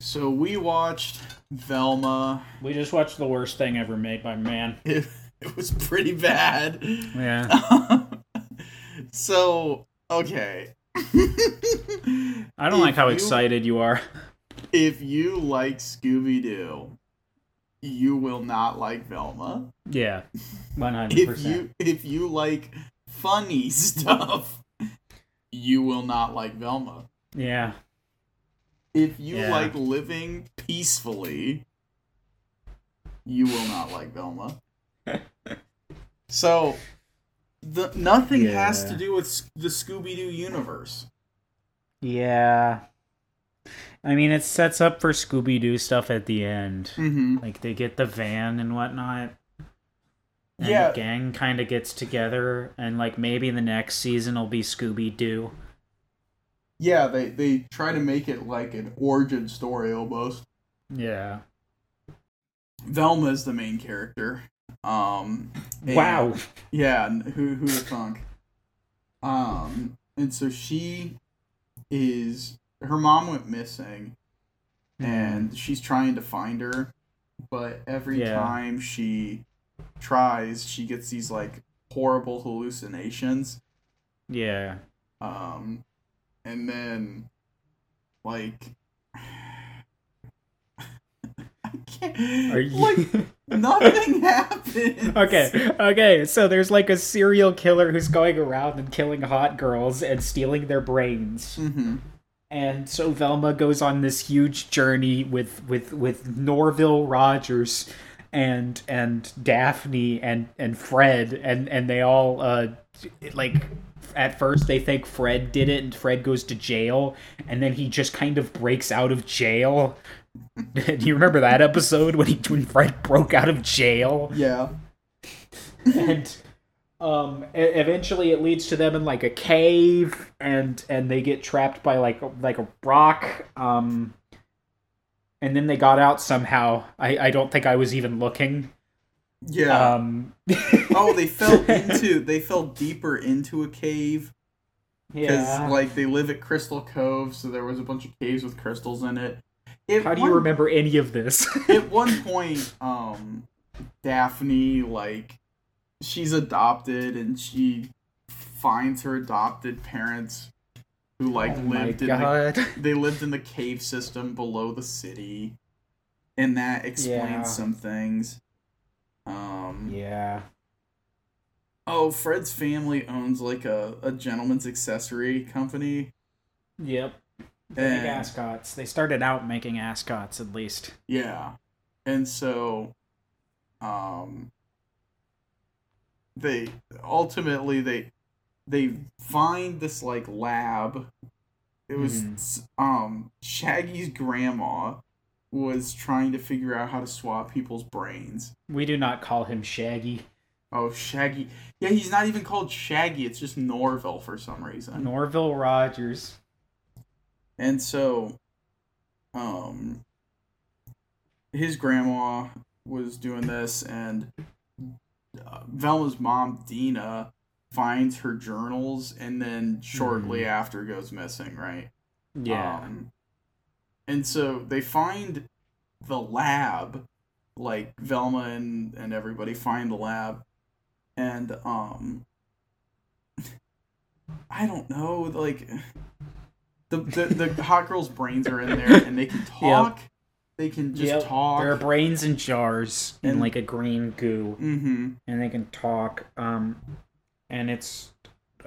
So we watched Velma. We just watched the worst thing ever made by man. It, it was pretty bad. Yeah. so, okay. I don't like how You- excited you are. If you like Scooby Doo, you will not like Velma. Yeah. 100%. If you if you like funny stuff, you will not like Velma. yeah. If you Yeah. like living peacefully, you will not like Velma. so, the nothing has Yeah. to do with S- the Scooby Doo universe. Yeah. I mean, it sets up for Scooby Doo stuff at the end. Mm-hmm. Like, they get the van and whatnot. And Yeah. the gang kind of gets together. And, like, maybe the next season will be Scooby Doo. Yeah, they they try to make it like an origin story almost. Yeah. Velma is the main character. Um, and- Wow. Yeah, n- who who the funk? Um, and so she is her mom went missing, Hmm. and she's trying to find her, but every Yeah. time she tries, she gets these like horrible hallucinations. Yeah. Um, and then like. I can't. Are you. Like nothing happens. Okay, okay, so there's like a serial killer who's going around and killing hot girls and stealing their brains. Mm-hmm. And so Velma goes on this huge journey with with with Norville Rogers and and Daphne and and Fred and and they all uh like at first they think Fred did it and Fred goes to jail and then he just kind of breaks out of jail. Do you remember that episode when he when Fred broke out of jail? Yeah. and um e- eventually it leads to them in like a cave and and they get trapped by like a- like a rock um and then they got out somehow i i don't think i was even looking Yeah. um oh, they fell into they fell deeper into a cave because yeah like they live at Crystal Cove, so there was a bunch of caves with crystals in it. At how do one, you remember any of this At one point, um, Daphne like she's adopted and she finds her adopted parents who like oh my lived in the god they lived in the cave system below the city, and that explains Yeah. some things. Um, yeah Oh, Fred's family owns like a, a gentleman's accessory company. yep they make And, ascots they started out making ascots at least yeah. And so um they ultimately they they find this like lab. It was Mhm. s- um Shaggy's grandma was trying to figure out how to swap people's brains. we do not call him shaggy Oh, Shaggy. Yeah, he's not even called Shaggy. It's just Norville for some reason. norville rogers And so, um, his grandma was doing this, and uh, Velma's mom, Dina, finds her journals and then shortly after goes missing, right? yeah Um, and so they find the lab, like Velma and, and everybody find the lab, and um, I don't know, like the the, the hot girls' brains are in there, and they can talk. They can just Yep, talk. There are brains in jars in And- like a green goo, mm-hmm. and they can talk. Um, and it's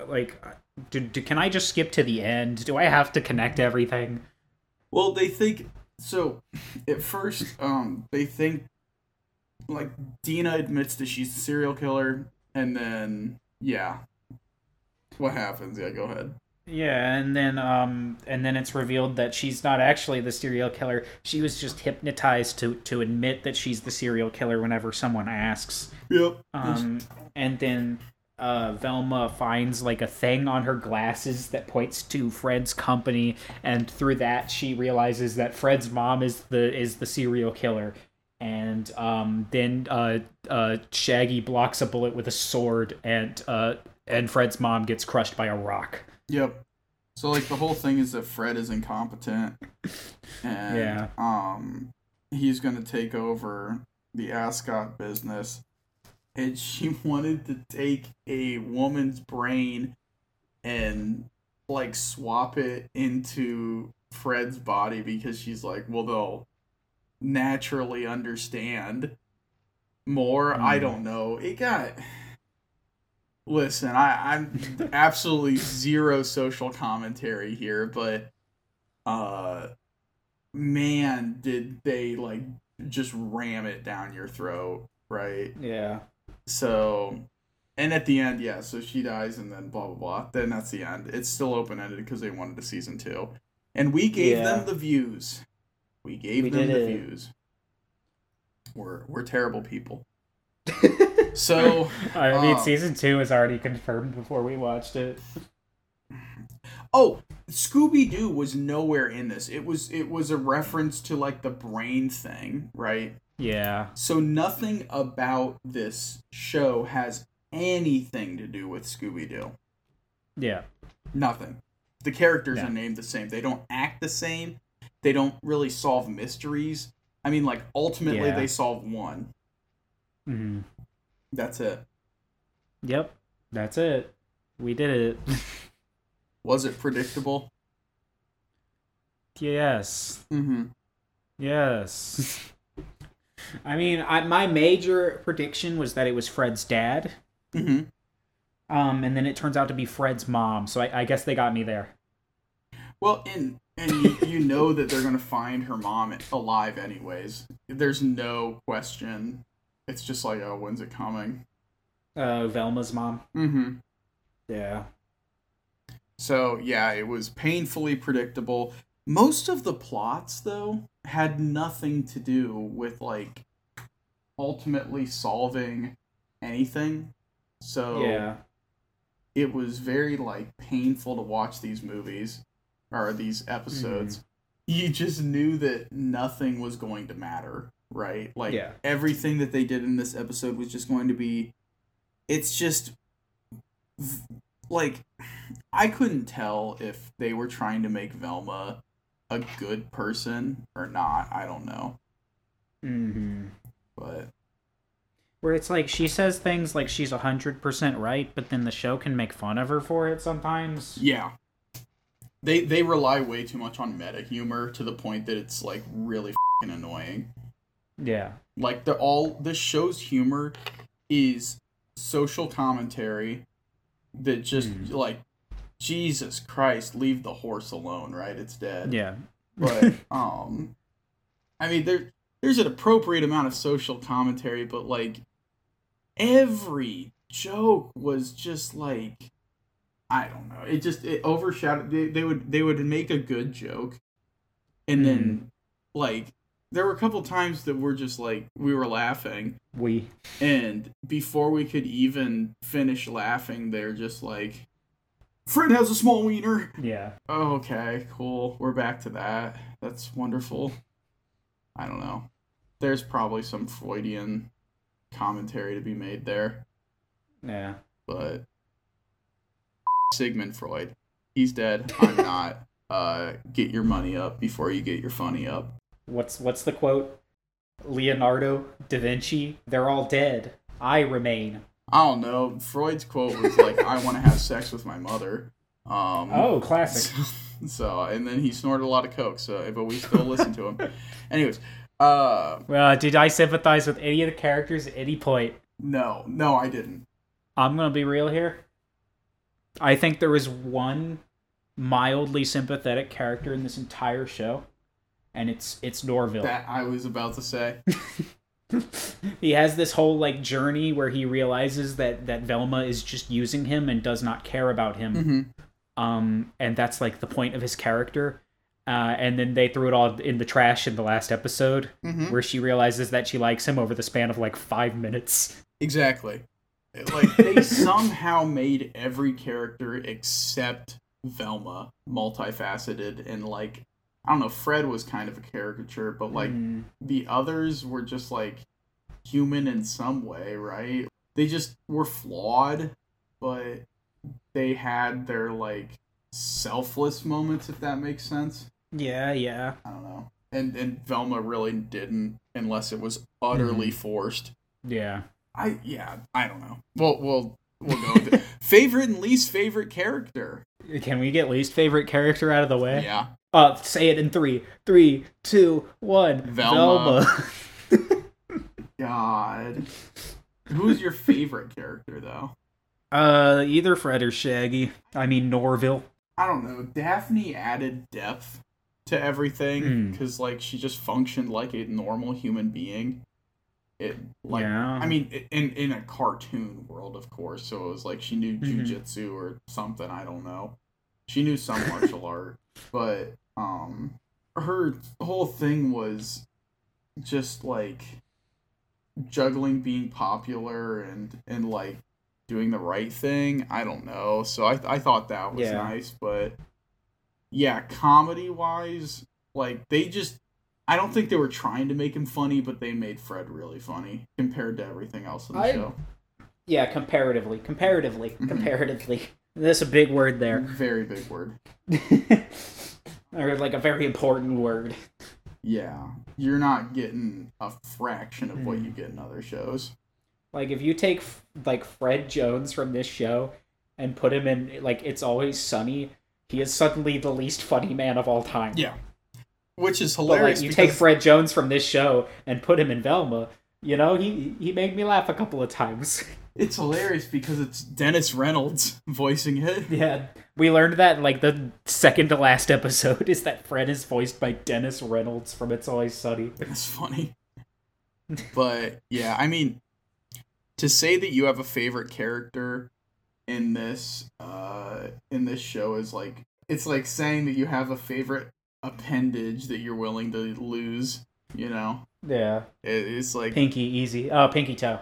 like, do, do, can I just skip to the end? Do I have to connect everything? Well, they think so. At first, um, they think like Dina admits that she's a serial killer, and then yeah, what happens? Yeah, go ahead. Yeah, and then um, and then it's revealed that she's not actually the serial killer. She was just hypnotized to to admit that she's the serial killer whenever someone asks. Yep. Um, and then uh, Velma finds like a thing on her glasses that points to Fred's company, and through that she realizes that Fred's mom is the is the serial killer. And um, then uh, uh, Shaggy blocks a bullet with a sword, and uh, and Fred's mom gets crushed by a rock. Yep. So like the whole thing is that Fred is incompetent, and Yeah. um, he's gonna take over the Ascot business. And she wanted to take a woman's brain and like swap it into Fred's body because she's like, well, they'll naturally understand more. I Mm. don't know. It got. Listen, I, I'm absolutely zero social commentary here, but uh, man, did they like just ram it down your throat, right? Yeah. So, and at the end, yeah, so she dies and then blah, blah, blah. Then that's the end. It's still open ended because they wanted a season two. And we gave Yeah. them the views. We gave We them did the it. views. We're, we're terrible people. So, I mean, Um, season two is already confirmed before we watched it. oh, Scooby Doo was nowhere in this. It was it was a reference to like the brain thing, right? Yeah. So nothing about this show has anything to do with Scooby Doo. Yeah. Nothing. The characters No. are named the same. They don't act the same. They don't really solve mysteries. I mean, like ultimately, Yeah. they solve one. hmm That's it. Yep. That's it. We did it. Was it predictable? yes. Mm-hmm. Yes. I mean, I, my major prediction was that it was Fred's dad, Mm-hmm. um, and then it turns out to be Fred's mom. So I, I guess they got me there. Well, and and you, you know that they're gonna find her mom alive anyways. There's no question. It's just like, oh, when's it coming? Uh, Velma's mom. Mm-hmm. Yeah. So yeah, it was painfully predictable. Most of the plots though had nothing to do with like ultimately solving anything. So Yeah. it was very like painful to watch these movies or these episodes. You just knew that nothing was going to matter, right? Like Yeah. everything that they did in this episode was just going to be it's just v- like I couldn't tell if they were trying to make Velma a good person or not. I don't know, Mm-hmm. but Where it's like she says things like she's hundred percent right, but then the show can make fun of her for it sometimes. yeah. They they rely way too much on meta humor to the point that it's like really fing annoying. Yeah. Like the all this show's humor is social commentary that just Mhm. like Jesus Christ, leave the horse alone, right? It's dead. Yeah. But um I mean there there's an appropriate amount of social commentary, but like every joke was just like I don't know. It just it overshadowed they, they would they would make a good joke and then like there were a couple times that we're just like we were laughing We. and before we could even finish laughing they're just like Fred has a small wiener. Yeah. Oh, okay, cool. We're back to that. That's wonderful. I don't know. There's probably some Freudian commentary to be made there, Yeah. but Sigmund Freud. He's dead. I'm not. Uh, get your money up before you get your funny up. What's what's the quote? Leonardo da Vinci. They're all dead. I remain. I don't know. Freud's quote was like, "I want to have sex with my mother." Um, Oh, classic. So, and then he snorted a lot of coke. So, but we still listen to him. Anyways, uh, Well, did I sympathize with any of the characters at any point? no, no, I didn't. I'm gonna be real here. I think there is one mildly sympathetic character in this entire show, and it's it's Norville. That I was about to say. he has this whole like journey where he realizes that that Velma is just using him and does not care about him. hmm um and that's like the point of his character uh and then they threw it all in the trash in the last episode hmm where she realizes that she likes him over the span of like five minutes Exactly. Like they somehow made every character except Velma multifaceted and like I don't know. Fred was kind of a caricature, but like Mm, the others were just like human in some way, right? They just were flawed, but they had their like selfless moments, if that makes sense. yeah yeah I don't know. and and Velma really didn't unless it was utterly forced. Yeah. I yeah, I don't know. Well, we'll we'll go with it. favorite and least favorite character. Can we get least favorite character out of the way? Yeah, Uh, say it in three, three, two, one. Velma. Velma. God. Who's your favorite character though? uh, either Fred or Shaggy. I mean Norville. I don't know. Daphne added depth to everything Mm. because like she just functioned like a normal human being. It like yeah. I mean i- in in a cartoon world, of course. So it was like she knew Mhm. jujitsu or something. I don't know. She knew some martial art, but um, her whole thing was just like juggling being popular and and like doing the right thing. I don't know. So I I thought that was Yeah. nice, but yeah, comedy wise, like they just I don't think they were trying to make him funny, but they made Fred really funny compared to everything else in the I- show. yeah, comparatively, comparatively, Mhm. comparatively. That's a big word there, Very big word. or like a very important word. Yeah, you're not getting a fraction of what Mm. you get in other shows. Like if you take f- like Fred Jones from this show and put him in like It's Always Sunny, he is suddenly the least funny man of all time. Yeah, which is But hilarious. like you because take Fred Jones from this show and put him in Velma, you know, he he made me laugh a couple of times. it's hilarious because it's Dennis Reynolds voicing it. yeah. We learned that in like the second to last episode is that Fred is voiced by Dennis Reynolds from It's Always Sunny. It's funny. But yeah, I mean, to say that you have a favorite character in this uh in this show is like it's like saying that you have a favorite appendage that you're willing to lose. You know, Yeah. it, it's like Pinky easy. Oh, pinky toe.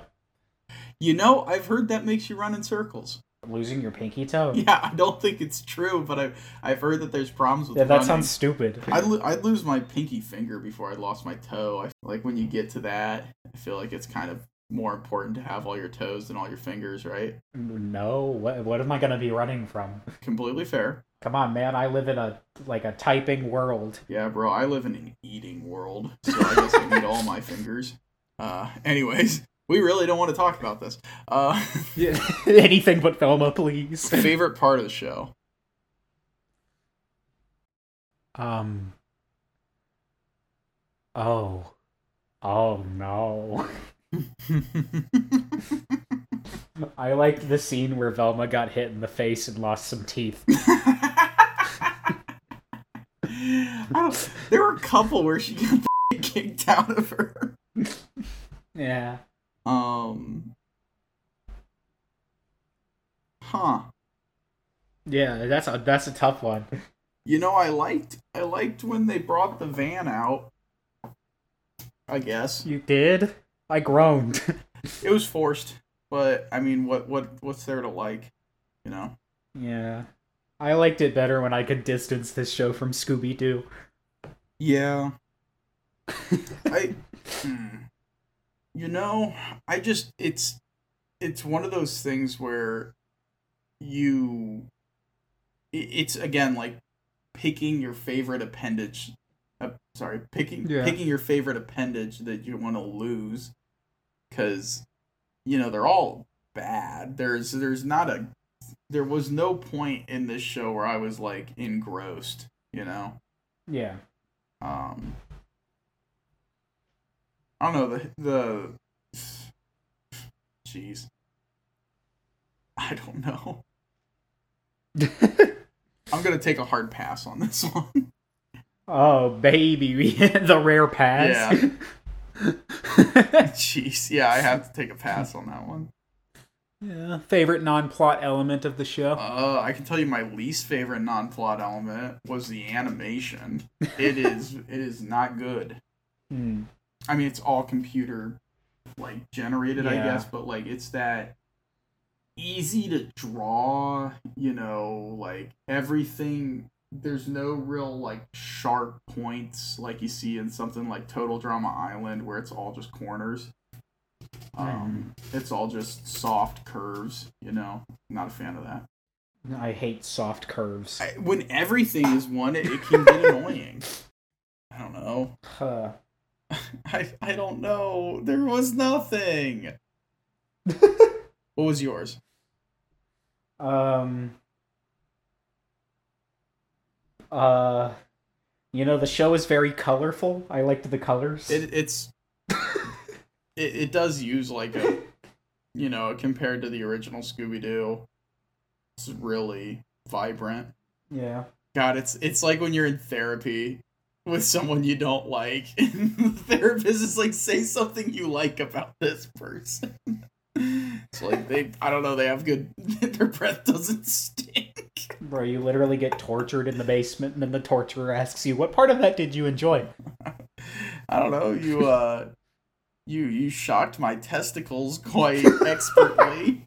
you know I've heard that makes you run in circles. Losing your pinky toe. Yeah, I don't think it's true, but I've I've heard that there's problems with Yeah, that running. sounds stupid. I'd, lo- I'd lose my pinky finger before I lost my toe. I, like when you get to that, I feel like it's kind of more important to have all your toes than all your fingers, right? No, what what am I gonna be running from? Completely fair. Come on, man. I live in a like a typing world. Yeah, bro, I live in an eating world, so I guess I need all my fingers. Uh, anyways, we really don't want to talk about this. Uh, Anything but Velma, please. favorite part of the show? Um. Oh. Oh no. I liked the scene where Velma got hit in the face and lost some teeth. I don't, there were a couple where she got kicked out of her. Yeah. Um. Huh. Yeah, that's a that's a tough one. You know, I liked I liked when they brought the van out. I guess You did? I groaned. it was forced, but I mean, what what what's there to like? You know. yeah. I liked it better when I could distance this show from Scooby Doo. Yeah. I. hmm. You know, I just it's it's one of those things where you i- it's again like picking your favorite appendage uh, sorry picking Yeah. picking your favorite appendage that you want to lose because you know they're all bad there's there's not a there was no point in this show where i was like engrossed you know Yeah. um I don't know the the jeez I don't know I'm gonna take a hard pass on this one oh baby, we hit the rare pass. Yeah. jeez yeah I have to take a pass on that one Favorite non-plot element of the show? uh I can tell you my least favorite non-plot element was the animation it is it is not good Hmm. I mean, it's all computer like generated, I Yeah. guess, but like it's that easy to draw, you know, like everything there's no real like sharp points like you see in something like Total Drama Island where it's all just corners. Um it's all just soft curves, you know. Not a fan of that. I hate soft curves. I, when everything is one, it, it can get annoying. I don't know. Huh. I I don't know. There was nothing. What was yours? um. Uh, you know the show is very colorful. I liked the colors. It it's it, it does use like a you know compared to the original Scooby Doo. It's really vibrant. yeah. God, it's it's like when you're in therapy with someone you don't like, and the therapist is like, "Say something you like about this person." It's like they, I don't know, they have good. Their breath doesn't stink. Bro, you literally get tortured in the basement, and then the torturer asks you, "What part of that did you enjoy?" I don't know. You, uh, you, you shocked my testicles quite expertly.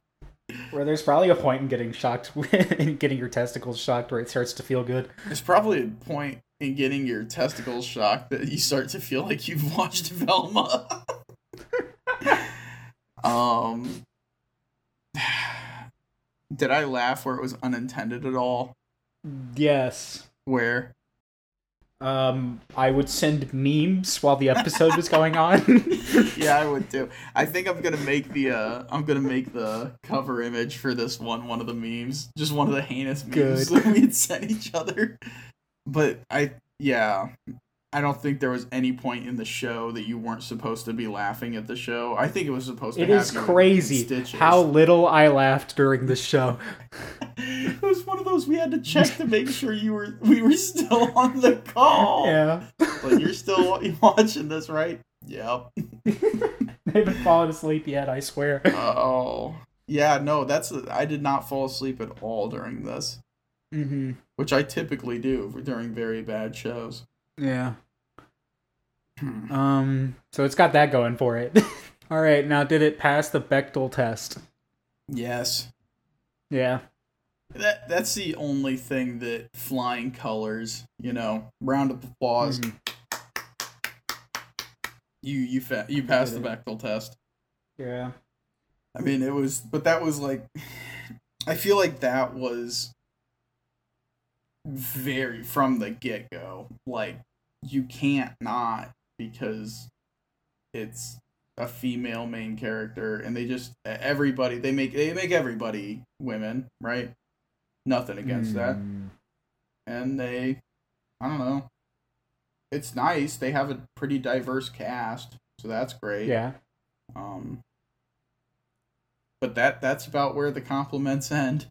Where there's probably a point in getting shocked, in getting your testicles shocked, where it starts to feel good. There's probably a point in getting your testicles shocked that you start to feel like you've watched Velma. um, did I laugh where it was unintended at all? Yes. Where? Um, I would send memes while the episode was going on. yeah, I would too. I think I'm gonna make the uh, I'm gonna make the cover image for this one one of the memes, just one of the heinous memes Good. that we had sent each other. But I, yeah, I don't think there was any point in the show that you weren't supposed to be laughing at the show. I think it was supposed to. it have is you in crazy stitches. how little I laughed during this show. it was one of those we had to check to make sure you were we were still on the call. Yeah, Like you're still watching this, right? Yep. I haven't fallen asleep yet. I swear. Oh. Yeah, no, that's I did not fall asleep at all during this, Mm-hmm. which I typically do during very bad shows. Yeah. Hmm. Um. So it's got that going for it. All right. Now, did it pass the Bechtel test? Yes. Yeah. That that's the only thing that flying colors, you know, round of applause. Mhm. You you fa- you passed the Bechdel test. Yeah. I mean, it was but that was like I feel like that was very from the get-go. Like you can't not because it's a female main character and they just e-, everybody they make they make everybody women, right? Nothing Hmm. against that. Mm. And they I don't know. It's nice. They have a pretty diverse cast, so that's great. Yeah. Um, but that that's about where the compliments end.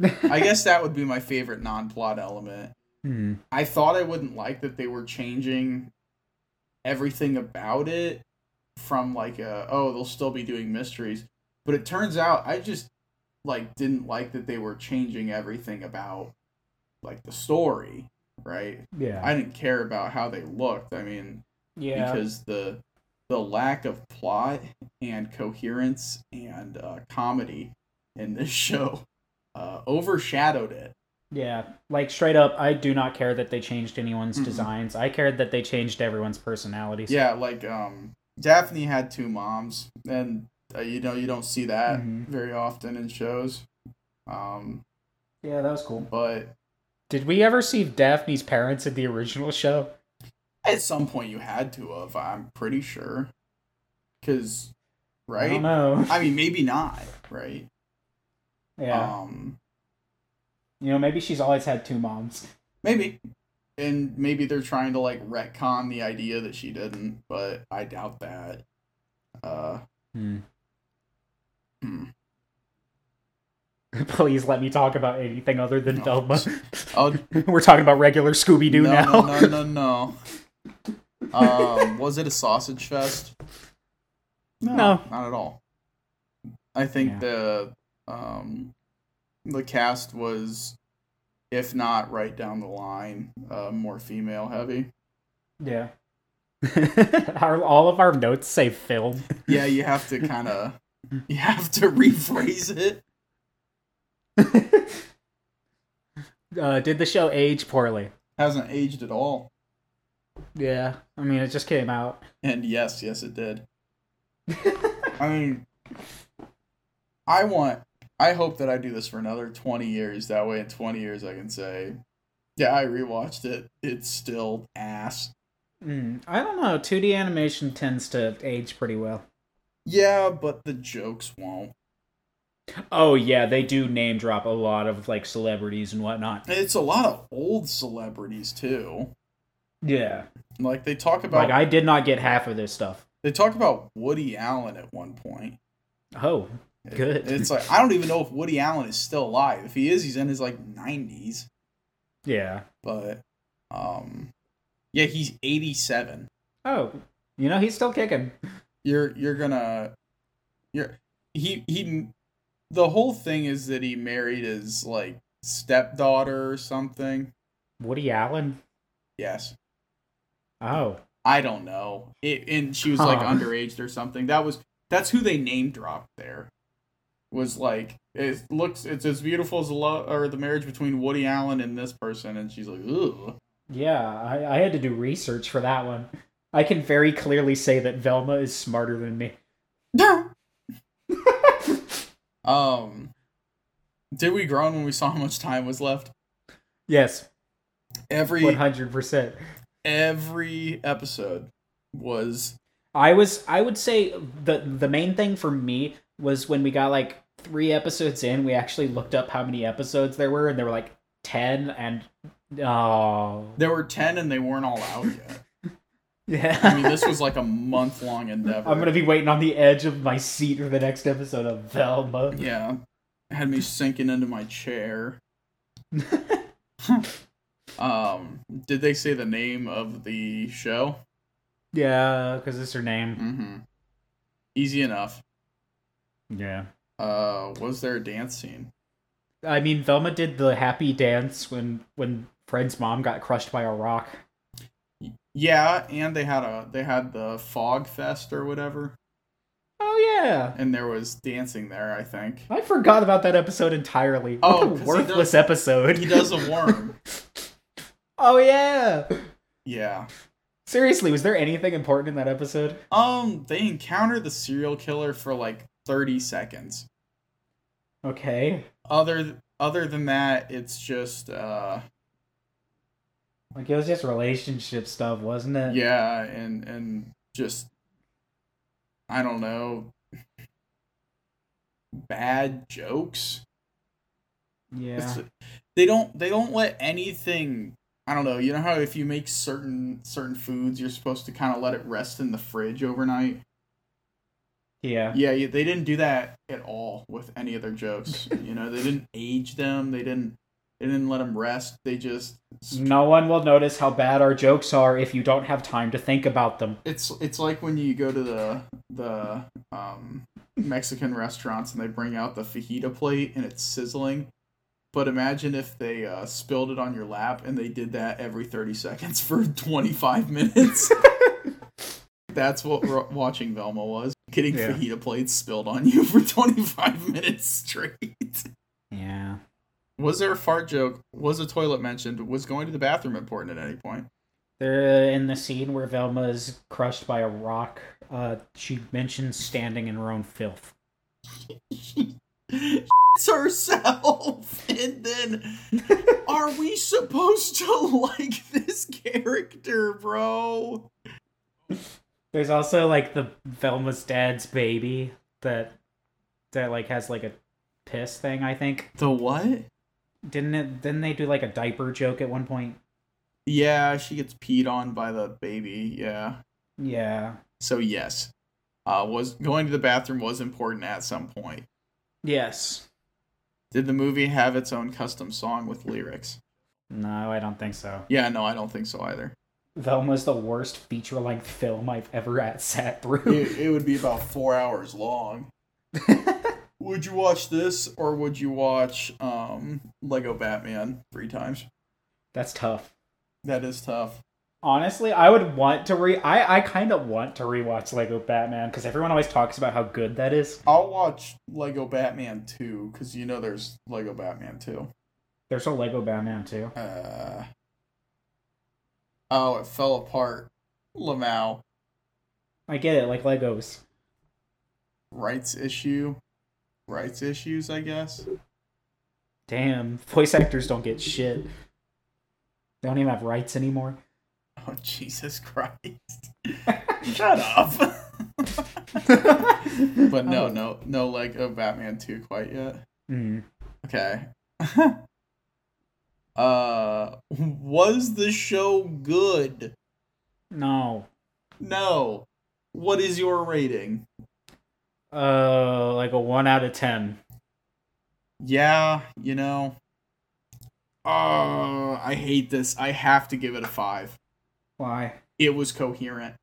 I guess that would be my favorite non-plot element. Hmm. I thought I wouldn't like that they were changing everything about it from like a, oh they'll still be doing mysteries, but it turns out I just like didn't like that they were changing everything about like the story, right? Yeah. I didn't care about how they looked. I mean, yeah. because the the lack of plot and coherence and uh, comedy in this show uh, overshadowed it. Yeah, like straight up, I do not care that they changed anyone's Mhm. designs. I cared that they changed everyone's personalities. Yeah, like um, Daphne had two moms, and uh, you know you don't see that Mhm. very often in shows. Um, yeah, that was cool. but Did we ever see Daphne's parents in the original show? at some point you had to have. I'm pretty sure, because I uh, don't right. know. I mean, maybe not. Right. Yeah, Um, you know, maybe she's always had two moms. Maybe. And maybe they're trying to like retcon the idea that she didn't, but I doubt that. Uh hmm. Please let me talk about anything other than No. Velma. oh We're talking about regular Scooby Doo no, now. no no no no. um was it a sausage fest? No. Not at all. I think Yeah. the um the cast was if not right down the line, uh more female heavy. Yeah. our, all of our notes say film. Yeah, you have to kinda you have to rephrase it. uh, did the show age poorly? Hasn't aged at all. Yeah, I mean, it just came out. And yes, yes, it did. I mean, I want, I hope that I do this for another 20 years. That way, in 20 years, I can say, yeah, I rewatched it. It's still ass. Mm, I don't know. 2D animation tends to age pretty well. Yeah, but the jokes won't. Oh yeah, they do name drop a lot of like celebrities and whatnot. It's a lot of old celebrities too. Yeah, Like they talk about like I did not get half of this stuff. they talk about Woody Allen at one point. Oh, It- Good. It's like I don't even know if Woody Allen is still alive. If he is, he's in his like 90s, yeah. but um yeah, he's 87. Oh, you know he's still kicking. You're you're going to you're he he the whole thing is that he married his like stepdaughter or something. Woody Allen. Yes. Oh, I don't know. It, and she was like Huh. underaged or something. That was that's who they name dropped there. Was like it looks it's as beautiful as the love or the marriage between Woody Allen and this person, and she's like, ooh, yeah. I, I had to do research for that one. I can very clearly say that Velma is smarter than me. um. Did we groan when we saw how much time was left? yes, Every one hundred percent. every episode was I was I would say the the main thing for me was when we got like three episodes in, we actually looked up how many episodes there were, and there were like ten and oh there were ten and they weren't all out yet. yeah. I mean, this was like a month long endeavor. I'm gonna be waiting on the edge of my seat for the next episode of Velma. Yeah. Had me sinking into my chair. um, did they say the name of the show? Yeah, because it's her name. Mm-hmm. Easy enough. Yeah. Uh, was there a dance scene? I mean, Velma did the happy dance when when Fred's mom got crushed by a rock. Yeah, and they had a they had the fog fest or whatever, Oh yeah. and there was dancing there. I think I forgot about that episode entirely. What Oh, a 'cause he worthless does- episode. he does a worm. Oh yeah. yeah. Seriously, was there anything important in that episode? Um, they encounter the serial killer for like thirty seconds. Okay. Other other than that, it's just uh Like it was just relationship stuff, wasn't it? yeah and and just i don't know bad jokes Yeah. It's- they don't they don't let anything i don't know you know how if you make certain certain foods you're supposed to kind of let it rest in the fridge overnight Yeah. yeah you- they didn't do that at all with any of their jokes you know they didn't age them they didn't they didn't let them rest they just No one will notice how bad our jokes are if you don't have time to think about them. It's it's like when you go to the the um, Mexican restaurants and they bring out the fajita plate and it's sizzling. But imagine if they uh, spilled it on your lap and they did that every thirty seconds for twenty five minutes. That's what ro- watching Velma was getting Yeah. fajita plates spilled on you for twenty five minutes straight. Yeah. Was there a fart joke? Was a toilet mentioned? Was going to the bathroom important at any point? They're Uh, in the scene where Velma is crushed by a rock. Uh, she mentions standing in her own filth. shits herself and then are we supposed to like this character bro There's also like the Velma's dad's baby that that like has like a piss thing. I think the what didn't it? Didn't they do like a diaper joke at one point? yeah she gets peed on by the baby yeah Yeah. so yes uh was going to the bathroom was important at some point Yes. did the movie have its own custom song with lyrics No, I don't think so. yeah no i don't think so either Velma's the worst feature length film I've ever at- sat through. it, it would be about four hours long would you watch this or would you watch um lego batman three times That's tough. that is tough Honestly, I would want to re. I, I kind of want to rewatch Lego Batman because everyone always talks about how good that is. I'll watch Lego Batman 2 because you know there's Lego Batman 2. There's a Lego Batman too. Uh, oh, it fell apart. Lamau, I get it, like Legos. rights issue. Rights issues, I guess. Damn, voice actors don't get shit. They don't even have rights anymore. Oh Jesus Christ! Shut up. but no, no, no leg of Batman two quite yet. Mm. Okay. uh, was the show good? No. No. What is your rating? Uh, like a one out of ten. Yeah, you know. Oh, I hate this. I have to give it a five. Why? It was coherent.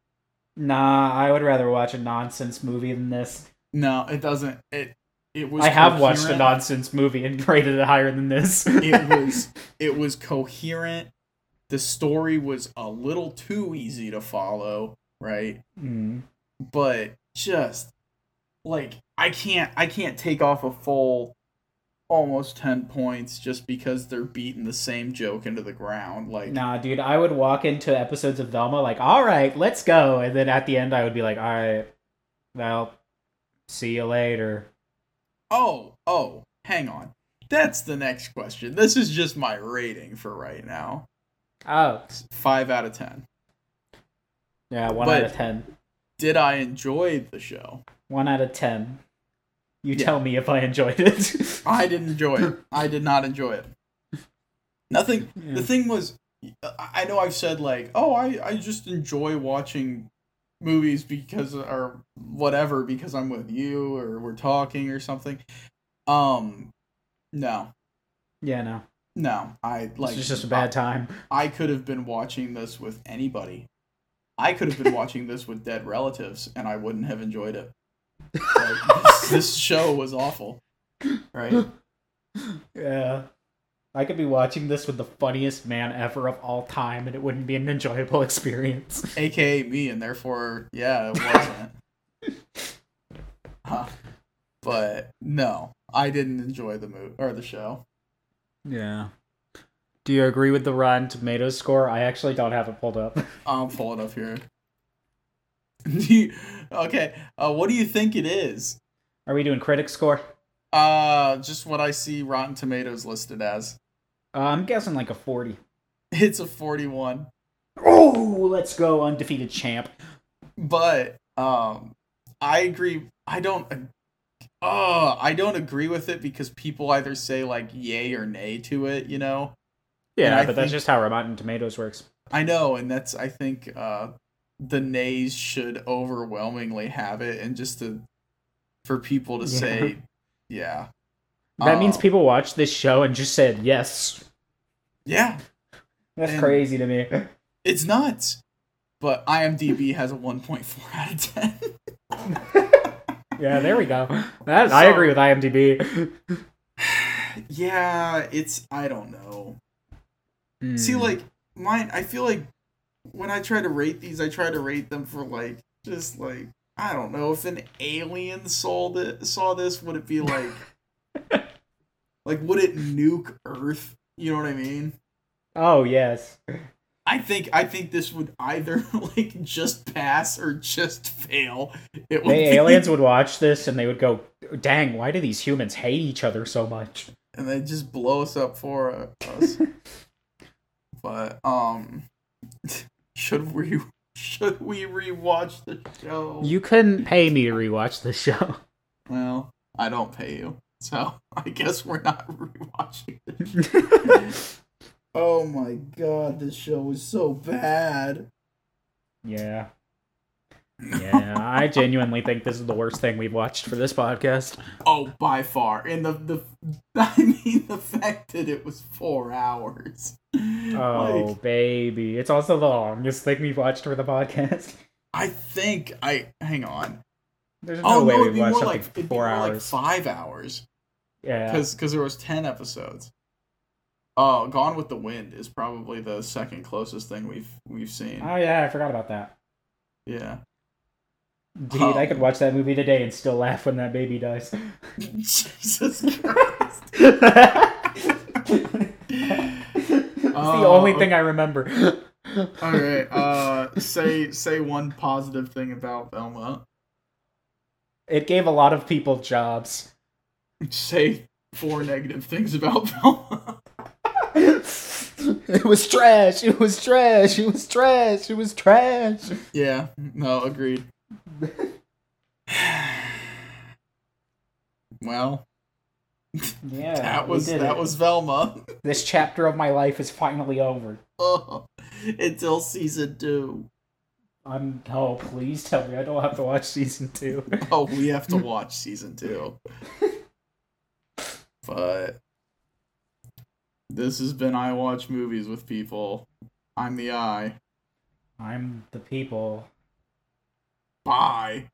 Nah, I would rather watch a nonsense movie than this. No, it doesn't. It it was. I have watched a coherent. nonsense movie and rated it higher than this. it was it was coherent. The story was a little too easy to follow, right? Mm. But just like I can't I can't take off a full almost 10 points just because they're beating the same joke into the ground like Nah, dude, I would walk into episodes of Velma like, all right, let's go. And then at the end, I would be like, all right, well, see you later. oh oh hang on that's the next question this is just my rating for right now Oh, 5 out of 10 yeah, one But- out of ten. did I enjoy the show One out of ten. You Yeah. tell me if I enjoyed it. I didn't enjoy it. I did not enjoy it. Nothing. The thing was, I I know I've said like, oh, I I just enjoy watching movies because or whatever because I'm with you or we're talking or something. Um, no, yeah, no, no, I like. it's just a bad time. I could have been watching this with anybody. I could have been watching this with dead relatives, and I wouldn't have enjoyed it. Like, this, this show was awful, right? Yeah. I could be watching this with the funniest man ever of all time, and it wouldn't be an enjoyable experience. aka me, and therefore, yeah, it wasn't. Huh. But no, I didn't enjoy the movie or the show. Yeah. Do you agree with the Rotten Tomatoes score? I actually don't have it pulled up. I'm pulling up here. Do you- okay, uh, what do you think it is? Are we doing critic score? Uh, just what I see Rotten Tomatoes listed as. Uh, I'm guessing like a 40. It's a 41, Oh, let's go, undefeated champ. but um, I agree. I don't. ag- Uh, I don't agree with it because people either say like yay or nay to it, you know. Yeah, Yeah, I but that's think- just how Rotten Tomatoes works. I know, and that's I think uh, the nays should overwhelmingly have it, and just to for people to Yeah. say, yeah, That means Oh. people watched this show and just said yes. yeah, That's And- crazy to me. it's nuts. But IMDb has a one point four out of ten. Yeah, there we go. That I So- agree with IMDb. yeah, it's I don't know. See, Hmm. like mine, I feel like when I try to rate these, I try to rate them for like just like I don't know if an alien saw this, saw this, would it be like like would it nuke Earth? You know what I mean? oh yes. I think I think this would either like just pass or just fail. It The be- aliens would watch this and they would go, "Dang, why do these humans hate each other so much?" and they just blow us up for uh, us. but um, should we should we rewatch the show? You couldn't pay me to rewatch this show. Well, I don't pay you, so I guess we're not rewatching this. Oh my god, this show was so bad. yeah. Yeah, I genuinely think this is the worst thing we've watched for this podcast. Oh, by far, and the the I mean the fact that it was four hours. Oh, Like, baby. It's also the longest thing we've watched for the podcast. I think I hang on. There's no oh way no, it'd we've be more watched like something it'd for four be more like hours. five hours yeah. because there was ten episodes. Oh, Gone with the Wind is probably the second closest thing we've we've seen. Oh, yeah, I forgot about that. yeah. Dude, I Oh. could watch that movie today and still laugh when that baby dies. Jesus Christ. It's the Oh, only okay. thing I remember. All right. Uh, say say one positive thing about Velma. It gave a lot of people jobs. Say four negative things about Velma. Dude, It was trash. It was trash. It was trash. It was trash. Yeah, no, agreed. well, Yeah. that we was did that it. was Velma. This chapter of my life is finally over. Oh, until season two. I'm oh please tell me I don't have to watch season two. Oh, we have to watch season two. But this has been I Watch Movies with People. I'm the I. I'm the people. Bye.